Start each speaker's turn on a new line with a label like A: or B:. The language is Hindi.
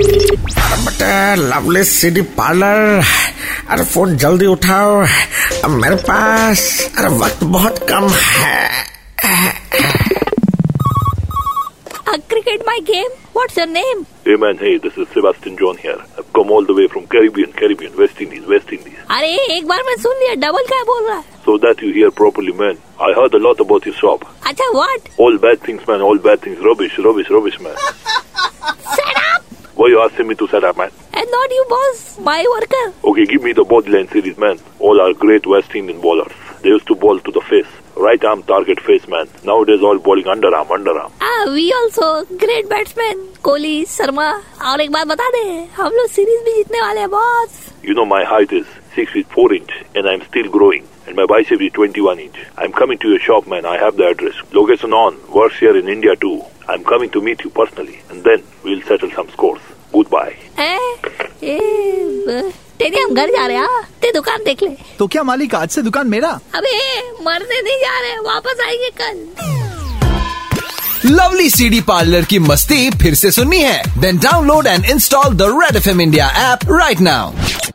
A: बट लवली सिटी पार्लर अरे फोन जल्दी उठाओ अब मेरे पास अरे वक्त बहुत कम है
B: Uh, cricket, my game. What's your name?
C: Hey man, hey, this is Sebastian John here. I've come all the way from Caribbean, Caribbean, West Indies, West Indies.
B: अरे एक बार मैं सुन लिया डबल क्या बोल रहा है
C: So that you hear properly, man. I heard a lot about your shop.
B: अच्छा what
C: All bad things, man, all bad things. Rubbish, rubbish, rubbish, man.
B: Set up
C: Why you asking me to set up, man?
B: And not you boss my worker
C: Okay, give me the Bodleian series, man. All are great West Indian bowlers. They used to bowl to the face. Right arm target face, man. Nowadays all bowling underarm, underarm.
B: We also great batsman Kohli Sharma और एक बात बता दे हम लोग सीरीज भी जीतने वाले हैं boss
C: You know my height is 6 feet 4 inch and I'm still growing. And my bicep is 21 inch. I'm coming to your shop, man. I have the address. Location on. Works here in India too. I'm coming to meet you personally. And then we'll settle some scores. Goodbye.
B: ए, ए, ब- तेरे हम घर जा रहे हैं हाँ? ते दुकान देख ले
D: तो क्या मालिक आज से दुकान मेरा
B: अबे मरने नहीं जा रहे वापस आएंगे कल
D: लवली सी डी पार्लर की मस्ती फिर से सुननी है then download and install the red F M India app right now